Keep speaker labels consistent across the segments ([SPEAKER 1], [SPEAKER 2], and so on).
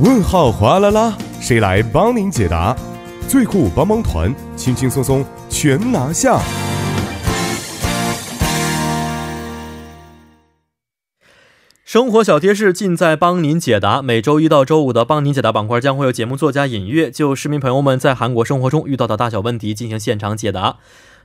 [SPEAKER 1] 问号哗啦啦，谁来帮您解答？最酷帮帮团，轻轻松松全拿下。
[SPEAKER 2] 生活小贴士尽在帮您解答。每周一到周五的“帮您解答”板块将会有节目作家尹月就市民朋友们在韩国生活中遇到的大小问题进行现场解答。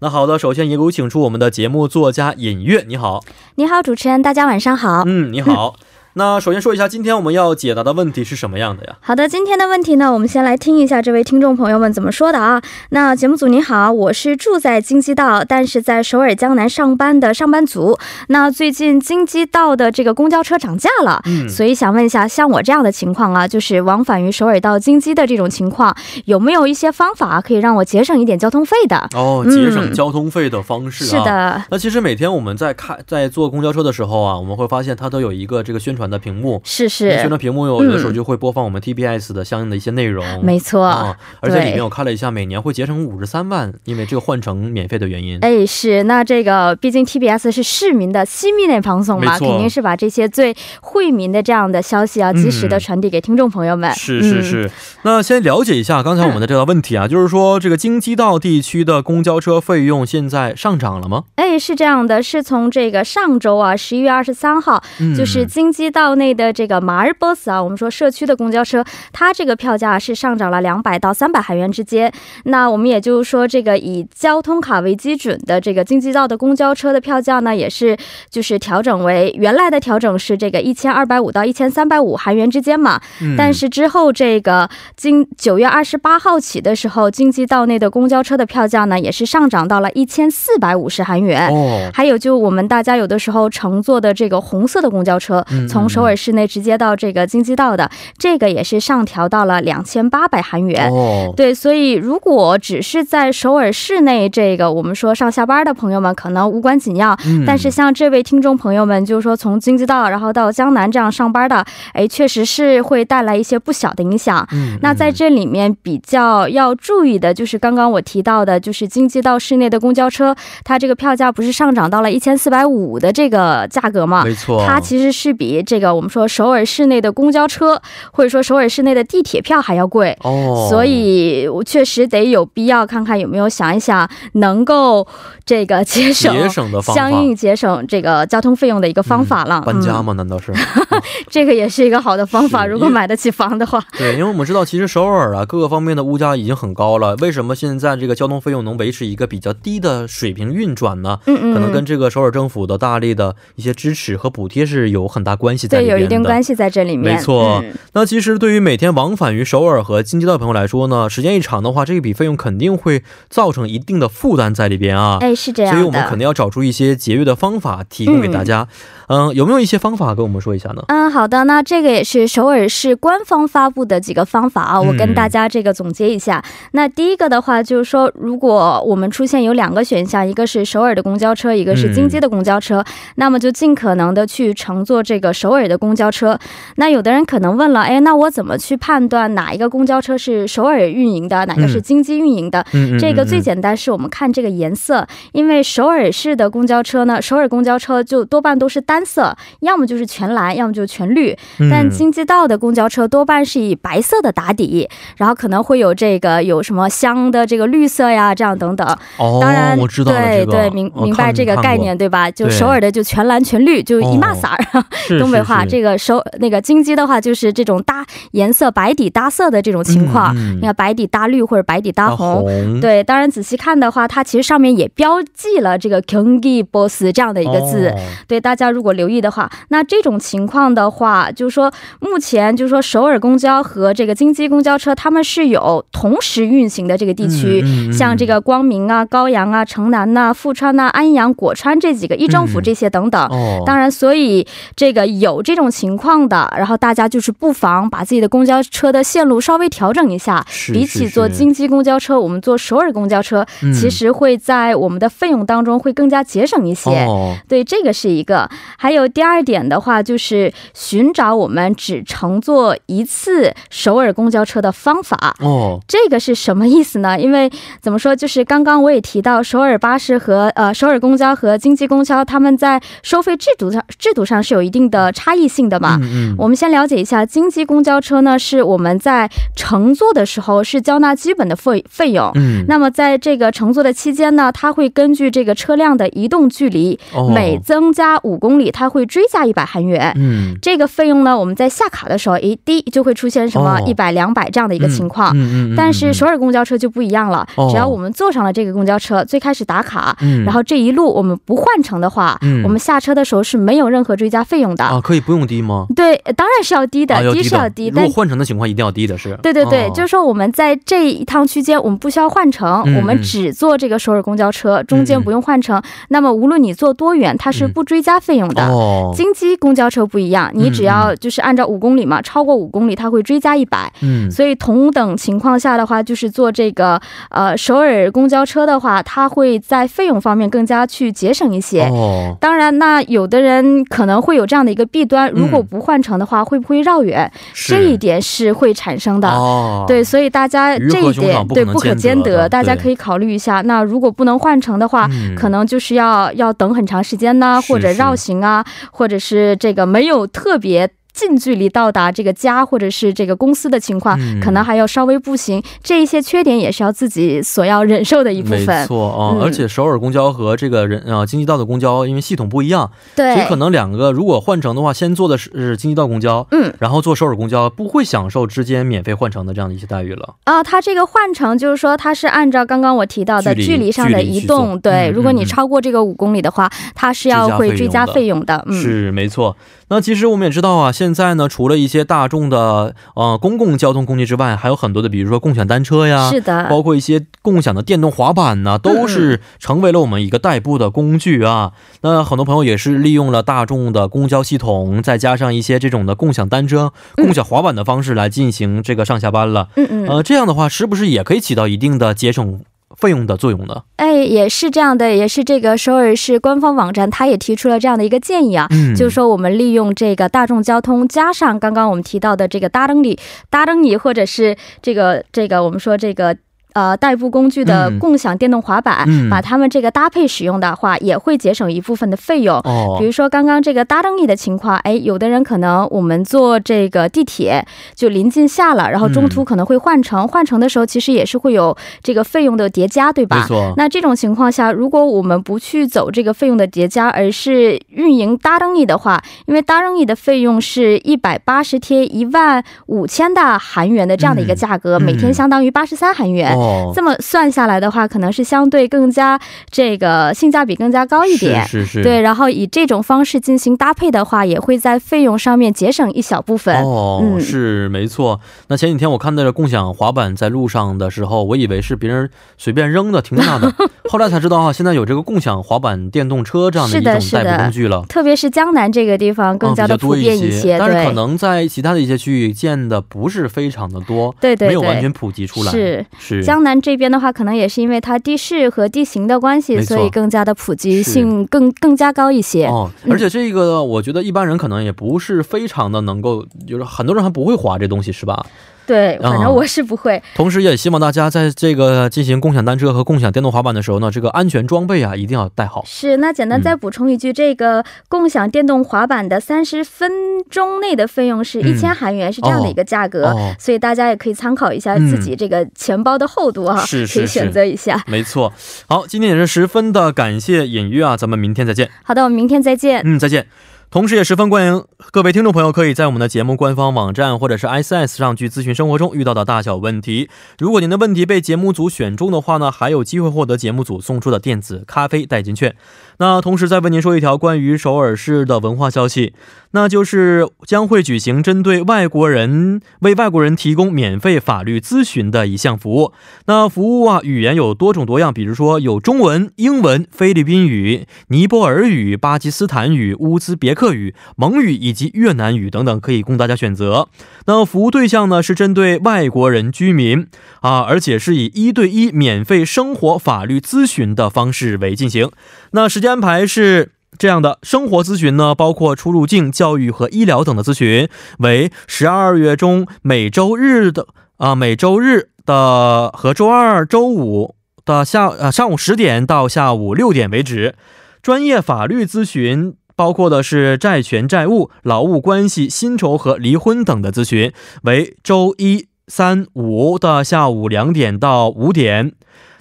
[SPEAKER 2] 那好的，首先也有请出我们的节目作家尹月，你好，
[SPEAKER 3] 你好，主持人，大家晚上好。
[SPEAKER 2] 嗯，你好。那首先说一下，今天我们要解答的问题是什么样的呀？
[SPEAKER 3] 好的，今天的问题呢，我们先来听一下这位听众朋友们怎么说的啊。那节目组您好，我是住在京畿道，但是在首尔江南上班的上班族。那最近京畿道的这个公交车涨价了，
[SPEAKER 2] 嗯
[SPEAKER 3] 所以想问一下，像我这样的情况啊，就是往返于首尔到京畿的这种情况，有没有一些方法可以让我节省一点交通费的？
[SPEAKER 2] 哦，
[SPEAKER 3] 嗯
[SPEAKER 2] 节省交通费的方式啊。
[SPEAKER 3] 是。的，
[SPEAKER 2] 那其实每天我们在看在坐公交车的时候啊，我们会发现它都有一个这个宣传的屏幕，
[SPEAKER 3] 是
[SPEAKER 2] 那宣
[SPEAKER 3] 是，
[SPEAKER 2] 传屏幕有有的时候就会播放我们 TBS 的相应的一些内容。
[SPEAKER 3] 没错。
[SPEAKER 2] 啊，而且
[SPEAKER 3] 对
[SPEAKER 2] 里面我看了一下，每年会节省五十三万，因为这个换乘免费的原因。
[SPEAKER 3] 哎，是，那这个毕竟 TBS 是市民的西民内放送嘛，
[SPEAKER 2] 没错嗯
[SPEAKER 3] 肯定是把这些最惠民的这样的消息啊，及时的传递给听众朋友们。
[SPEAKER 2] 是是
[SPEAKER 3] 嗯，
[SPEAKER 2] 是、那先了解一下刚才我们的这道问题啊，就是说这个京畿道地区的公交车费用现在上涨了吗？
[SPEAKER 3] 哎，是这样的，是从这个上周啊，十一月二十三号，
[SPEAKER 2] 嗯，
[SPEAKER 3] 就是京畿道内的这个马尔波斯啊，我们说社区的公交车，它这个票价是上涨了两百到三百韩元之间。那我们也就是说，这个以交通卡为基准的这个京畿道的公交车的票价呢，也是就是调整为原来的调整是这个一千二百五到一千三百五韩元之间嘛。
[SPEAKER 2] 嗯
[SPEAKER 3] 但是之后这个京九月二十八号起的时候，京畿道内的公交车的票价呢，也是上涨到了一千四百五十韩元。
[SPEAKER 2] 哦，
[SPEAKER 3] 还有就我们大家有的时候乘坐的这个红色的公交车
[SPEAKER 2] 嗯嗯，
[SPEAKER 3] 从首尔市内直接到这个京畿道的，这个也是上调到了两千八百韩元。
[SPEAKER 2] 哦，
[SPEAKER 3] 对，所以如果只是在首尔市内，这个我们说上下班的朋友们可能无关紧要，
[SPEAKER 2] 嗯
[SPEAKER 3] 但是像这位听众朋友们，就是说从京畿道然后到江南这样上班的，哎，确实是会带来一些不小的影响。
[SPEAKER 2] 嗯
[SPEAKER 3] 那在这里面比较要注意的就是刚刚我提到的，就是京畿道市内的公交车，它这个票价不是上涨到了一千四百五的这个价格吗？
[SPEAKER 2] 没错，
[SPEAKER 3] 它其实是比这个我们说首尔市内的公交车，或者说首尔市内的地铁票还要贵。
[SPEAKER 2] 哦，
[SPEAKER 3] 所以，我确实得有必要看看有没有想一想能够这个节省
[SPEAKER 2] 节省的方法
[SPEAKER 3] 相应节省这个交通费用的一个方法了。
[SPEAKER 2] 搬家
[SPEAKER 3] 嗯
[SPEAKER 2] 吗？难道是？
[SPEAKER 3] 这个也是一个好的方法。
[SPEAKER 2] 是
[SPEAKER 3] 如果
[SPEAKER 2] 因为
[SPEAKER 3] 买得起房的话，
[SPEAKER 2] 对，因为我们知道，其实首尔啊，各个方面的物价已经很高了，为什么现在这个交通费用能维持一个比较低的水平运转呢？
[SPEAKER 3] 嗯嗯，
[SPEAKER 2] 可能
[SPEAKER 3] 嗯
[SPEAKER 2] 跟这个首尔政府的大力的一些支持和补贴是有很大关系在
[SPEAKER 3] 对
[SPEAKER 2] 里面
[SPEAKER 3] 有
[SPEAKER 2] 的。
[SPEAKER 3] 一定关系在这里面。
[SPEAKER 2] 没错
[SPEAKER 3] 嗯
[SPEAKER 2] 那其实对于每天往返于首尔和京畿道的朋友来说呢，时间一长的话，这笔费用肯定会造成一定的负担在里边啊。
[SPEAKER 3] 哎，是这样
[SPEAKER 2] 所
[SPEAKER 3] 的。
[SPEAKER 2] 以我们肯定要找出一些节约的方法提供给大家。嗯，有没有一些方法跟我们说一下呢？
[SPEAKER 3] 嗯，好的，那这个也是首尔市官方发布的几个方法啊，我
[SPEAKER 2] 嗯
[SPEAKER 3] 跟大家这个总结一下。那第一个的话就是说，如果我们出现有两个选项，一个是首尔的公交车，一个
[SPEAKER 2] 嗯
[SPEAKER 3] 是京畿的公交车，那么就尽可能的去乘坐这个首尔的公交车。那有的人可能问了，哎，那我怎么去判断哪一个公交车是首尔运营的，哪个是京畿运营的？
[SPEAKER 2] 嗯，嗯
[SPEAKER 3] 这个最
[SPEAKER 2] 嗯
[SPEAKER 3] 简单是我们看这个颜色，因为首尔市的公交车呢，首尔公交车就多半都是单色，要么就是全蓝，要么就是全绿。
[SPEAKER 2] 嗯
[SPEAKER 3] 但京畿道的公交车多半是以白色的打底，然后可能会有这个有什么香的这个绿色呀，这样等等。
[SPEAKER 2] 哦，
[SPEAKER 3] 当然，
[SPEAKER 2] 我知道了
[SPEAKER 3] 对
[SPEAKER 2] 这个
[SPEAKER 3] 对，明
[SPEAKER 2] 我
[SPEAKER 3] 明白
[SPEAKER 2] 看
[SPEAKER 3] 这个
[SPEAKER 2] 看
[SPEAKER 3] 概
[SPEAKER 2] 过
[SPEAKER 3] 念对吧？就
[SPEAKER 2] 对
[SPEAKER 3] 首尔的就全蓝全绿，就一
[SPEAKER 2] 哦
[SPEAKER 3] 嘛色儿。
[SPEAKER 2] 是
[SPEAKER 3] 东北话，
[SPEAKER 2] 是是
[SPEAKER 3] 这个首那个京畿的话，就是这种搭颜色白底搭色的这种情况。
[SPEAKER 2] 嗯嗯
[SPEAKER 3] 你看白底搭绿或者白底搭
[SPEAKER 2] 大
[SPEAKER 3] 红，
[SPEAKER 2] 啊红，
[SPEAKER 3] 对，当然仔细看的话，它其实上面也标记了这个 “kyunggi boss” 这样的一个字。
[SPEAKER 2] 哦
[SPEAKER 3] 对，大家如果留意的话，那这种情况的话，就是说目前就是说首尔公交和这个京畿公交车，他们是有同时运行的这个地区。
[SPEAKER 2] 嗯嗯嗯
[SPEAKER 3] 像这个光明啊、高阳啊、城南呐、富川呐、安阳、果川这几个一政府
[SPEAKER 2] 嗯
[SPEAKER 3] 这些等等，
[SPEAKER 2] 哦，
[SPEAKER 3] 当然，所以这个有这种情况的，然后大家就是不妨把自己的公交车的线路稍微调整一下。
[SPEAKER 2] 是
[SPEAKER 3] 比
[SPEAKER 2] 是
[SPEAKER 3] 起坐
[SPEAKER 2] 是
[SPEAKER 3] 京畿公交车，我们坐首尔公交车，
[SPEAKER 2] 嗯
[SPEAKER 3] 其实会在我们的费用当中会更加节省一些。
[SPEAKER 2] 哦
[SPEAKER 3] 对，这个是一个。还有第二点的话，就是寻找我们只乘坐一次首尔公交车的方法。
[SPEAKER 2] 哦，
[SPEAKER 3] 这个是什么意思呢？因为怎么说，就是刚刚我也提到，首尔巴士和呃首尔公交和京畿公交，他们在收费制度上制度上是有一定的差异性的嘛。
[SPEAKER 2] 嗯嗯，
[SPEAKER 3] 我们先了解一下京经济公交车呢，是我们在乘坐的时候是交纳基本的费费用。
[SPEAKER 2] 嗯，
[SPEAKER 3] 那么在这个乘坐的期间呢，它会根据这个车辆的移动距离，
[SPEAKER 2] 哦
[SPEAKER 3] 每增加五公里，它会追加一百韩元。
[SPEAKER 2] 嗯
[SPEAKER 3] 这个费用呢，我们在下卡的时候，诶，低就会出现什么
[SPEAKER 2] 哦
[SPEAKER 3] 一百、两百这样的一
[SPEAKER 2] 一
[SPEAKER 3] 个情况。
[SPEAKER 2] 嗯嗯嗯嗯，
[SPEAKER 3] 啊但是首
[SPEAKER 2] 说，
[SPEAKER 3] 尔公交车就不一样了，
[SPEAKER 2] 哦
[SPEAKER 3] 只要我们坐上了这个公交车，最开始打卡，
[SPEAKER 2] 嗯，
[SPEAKER 3] 然后这一路我们不换乘的话，
[SPEAKER 2] 嗯
[SPEAKER 3] 我们下车的时候是没有任何追加费用的。
[SPEAKER 2] 啊，可以不用低吗？
[SPEAKER 3] 对，呃当然是要低的，
[SPEAKER 2] 啊，要
[SPEAKER 3] 低
[SPEAKER 2] 低
[SPEAKER 3] 是要低，
[SPEAKER 2] 如
[SPEAKER 3] 但
[SPEAKER 2] 果换乘的情况，一定要低的是。
[SPEAKER 3] 对对对，
[SPEAKER 2] 哦
[SPEAKER 3] 就是说我们在这一趟区间，我们不需要换乘，
[SPEAKER 2] 嗯
[SPEAKER 3] 我们只坐这个首尔公交车，中间不用换乘。那么无论你坐多远，它是不追加费用的。
[SPEAKER 2] 嗯哦，嗯
[SPEAKER 3] 京畿公交车不一样，你只要就是按照五公里嘛，超过五公里它会追加一百、
[SPEAKER 2] 嗯，
[SPEAKER 3] 所以同等情况下的话，就是坐这个呃首尔公交车的话，它会在费用方面更加去节省一些。
[SPEAKER 2] 哦，
[SPEAKER 3] 当然，那有的人可能会有这样的一个弊端，如果
[SPEAKER 2] 嗯
[SPEAKER 3] 不换乘的话，会不会绕远？
[SPEAKER 2] 是
[SPEAKER 3] 这一点是会产生的。
[SPEAKER 2] 哦，
[SPEAKER 3] 对，所以大家
[SPEAKER 2] 鱼和
[SPEAKER 3] 这一
[SPEAKER 2] 熊掌
[SPEAKER 3] 点
[SPEAKER 2] 不
[SPEAKER 3] 对
[SPEAKER 2] 可能
[SPEAKER 3] 不可
[SPEAKER 2] 兼
[SPEAKER 3] 兼
[SPEAKER 2] 得的
[SPEAKER 3] 大家
[SPEAKER 2] 对
[SPEAKER 3] 可以考虑一下。那如果不能换乘的话，
[SPEAKER 2] 嗯
[SPEAKER 3] 可能就是要要等很长时间呐、
[SPEAKER 2] 是
[SPEAKER 3] 或者
[SPEAKER 2] 是
[SPEAKER 3] 绕行啊，或者是这个没有特别近距离到达这个家或者是这个公司的情况，
[SPEAKER 2] 嗯
[SPEAKER 3] 啊可能还要稍微步行。这一些缺点也是要自己所要忍受的一部
[SPEAKER 2] 没
[SPEAKER 3] 分。
[SPEAKER 2] 错啊、
[SPEAKER 3] 嗯
[SPEAKER 2] 而且首尔公交和这个人啊京畿道的公交，因为系统不一样，
[SPEAKER 3] 对，
[SPEAKER 2] 所以可能两个如果换乘的话，先坐的是是京畿道公交，
[SPEAKER 3] 嗯，
[SPEAKER 2] 然后坐首尔公交，不会享受之间免费换乘的这样的一些待遇了。
[SPEAKER 3] 啊，它这个换乘就是说，它是按照刚刚我提到的
[SPEAKER 2] 距离
[SPEAKER 3] 距离上的
[SPEAKER 2] 距离
[SPEAKER 3] 移
[SPEAKER 2] 去做
[SPEAKER 3] 动，对、
[SPEAKER 2] 嗯
[SPEAKER 3] 如果
[SPEAKER 2] 嗯
[SPEAKER 3] 你
[SPEAKER 2] 嗯
[SPEAKER 3] 超过这个五公里的话，它是要会追加费用的。嗯，
[SPEAKER 2] 是没错。那其实我们也知道啊，现在呢，除了一些大众的呃公共交通工具之外，还有很多的，比如说共享单车呀。
[SPEAKER 3] 是嗯的，
[SPEAKER 2] 啊包括一些共享的电动滑板呐，都是成为了我们一个代步的工具啊。那很多朋友也是利用了大众的公交系统，再加上一些这种的共享单车、共享滑板的方式来进行这个上下班了。
[SPEAKER 3] 嗯嗯。
[SPEAKER 2] 呃，这样的话是不是也可以起到一定的节省费用的作用呢？
[SPEAKER 3] 哎，也是这样的，也是这个首尔市官方网站，它也提出了这样的一个建议啊。
[SPEAKER 2] 嗯，
[SPEAKER 3] 就是说，我们利用这个大众交通，加上刚刚我们提到的这个搭灯里、搭灯里，或者是这个这个我们说这个呃代步工具的
[SPEAKER 2] 嗯
[SPEAKER 3] 共享电动滑板、
[SPEAKER 2] 嗯
[SPEAKER 3] 把它们这个搭配使用的话，也会节省一部分的费用。
[SPEAKER 2] 哦
[SPEAKER 3] 比，如说刚刚这个搭灯里的情况，哎，有的人可能我们坐这个地铁就临近下了，然后中
[SPEAKER 2] 嗯
[SPEAKER 3] 途可能会换乘，换乘的时候其实也是会有这个费用的叠加，对
[SPEAKER 2] 没
[SPEAKER 3] 吧？
[SPEAKER 2] 错，
[SPEAKER 3] 那这种情况下，如果我们不去走这个费用的叠加，而是运营搭灯椅的话，因为搭灯椅的费用是一百八十贴一万五千的韩元的这样的一个价格，
[SPEAKER 2] 嗯嗯
[SPEAKER 3] 每天相当于八十三韩元。
[SPEAKER 2] 哦，
[SPEAKER 3] 这么算下来的话，可能是相对更加这个性价比更加高一点。
[SPEAKER 2] 是是是，
[SPEAKER 3] 对，然后以这种方式进行搭配的话，也会在费用上面节省一小部分。
[SPEAKER 2] 哦，
[SPEAKER 3] 嗯
[SPEAKER 2] 是没错。那前几天我看到了共享滑板在路上的时候，我以为是别人随便扔的、停在 那的，后来才知道啊，现在有这个共享滑板电动车这样的一种
[SPEAKER 3] 是
[SPEAKER 2] 代
[SPEAKER 3] 的是的
[SPEAKER 2] 步工具了。
[SPEAKER 3] 特别是江南这个地方更加
[SPEAKER 2] 啊比
[SPEAKER 3] 的
[SPEAKER 2] 较
[SPEAKER 3] 普
[SPEAKER 2] 多
[SPEAKER 3] 遍一些，
[SPEAKER 2] 但是可
[SPEAKER 3] 对。
[SPEAKER 2] 能在其他的一些区域见的不是非常的多，
[SPEAKER 3] 对对
[SPEAKER 2] 没有完
[SPEAKER 3] 对
[SPEAKER 2] 全普及出来。
[SPEAKER 3] 是
[SPEAKER 2] 是
[SPEAKER 3] 江南这边的话，可能也是因为它地势和地形的关系，
[SPEAKER 2] 没错
[SPEAKER 3] 所以更加的普及性更更加高一些。
[SPEAKER 2] 哦，而且这个我觉得一般人可能也不是非常的能够，就是很多人还不会滑这东西是吧？
[SPEAKER 3] 对，
[SPEAKER 2] 啊
[SPEAKER 3] 反正我是不会。
[SPEAKER 2] 同时，也希望大家在这个进行共享单车和共享电动滑板的时候呢，这个安全装备啊一定要带好。
[SPEAKER 3] 是，那
[SPEAKER 2] 嗯
[SPEAKER 3] 简单再补充一句，这个共享电动滑板的三十分钟内的费用是一千韩元，是这样的一个价格、
[SPEAKER 2] 嗯哦嗯
[SPEAKER 3] 所以大家也可以参考一下自己这个钱包的厚度啊，
[SPEAKER 2] 是
[SPEAKER 3] 可
[SPEAKER 2] 是是
[SPEAKER 3] 以选择一下。
[SPEAKER 2] 没错，好，今天也是十分的感谢隐约啊，咱们明天再见。
[SPEAKER 3] 好的，我们明天再见。
[SPEAKER 2] 嗯，再见。同时，也十分欢迎各位听众朋友可以在我们的节目官方网站或者是 S S 上去咨询生活中遇到的大小问题。如果您的问题被节目组选中的话呢，还有机会获得节目组送出的电子咖啡代金券。那同时再为您说一条关于首尔市的文化消息，那就是将会举行针对外国人为外国人提供免费法律咨询的一项服务。那服务啊，语言有多种多样，比如说有中文、英文、菲律宾语、尼泊尔语、巴基斯坦语、乌兹别克语、蒙语以及越南语等等，可以供大家选择。那服务对象呢是针对外国人居民啊，而且是以一对一免费生活法律咨询的方式为进行。那时间安排是。这样的生活咨询呢，包括出入境、教育和医疗等的咨询，为十二月中每周日的啊、每周日的和周二、周五的下呃上午十点到下午六点为止。专业法律咨询包括的是债权、债务、劳务关系、薪酬和离婚等的咨询，为周一、三、五的下午两点到五点。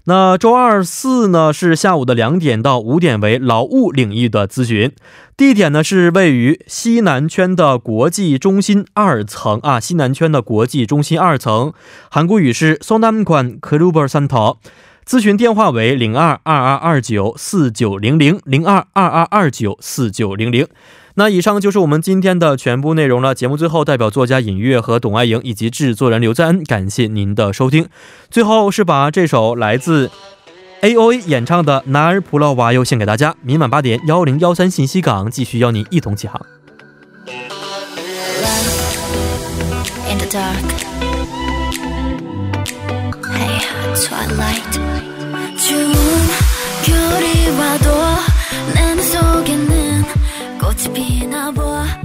[SPEAKER 2] 那周二、四呢是下午的两点到五点为劳务领域的咨询，地点呢是位于西南圈的国际中心二层啊，西南圈的国际中心二层，韩国语是 Sonam관 Kluber Santo。咨询电话为零二二二二九四九零零零二二二二九四九零零。那以上就是我们今天的全部内容了。节目最后，代表作家尹月和董爱莹以及制作人刘在恩，感谢您的收听。最后是把这首来自 A O A 演唱的《男儿普罗瓦又》献给大家。明晚八点幺零幺三信息港继续邀您一同起航。
[SPEAKER 4] in the dark. Hey, twilight. 추운 겨울이 와도 내 눈 속에는 꽃이 피나 봐.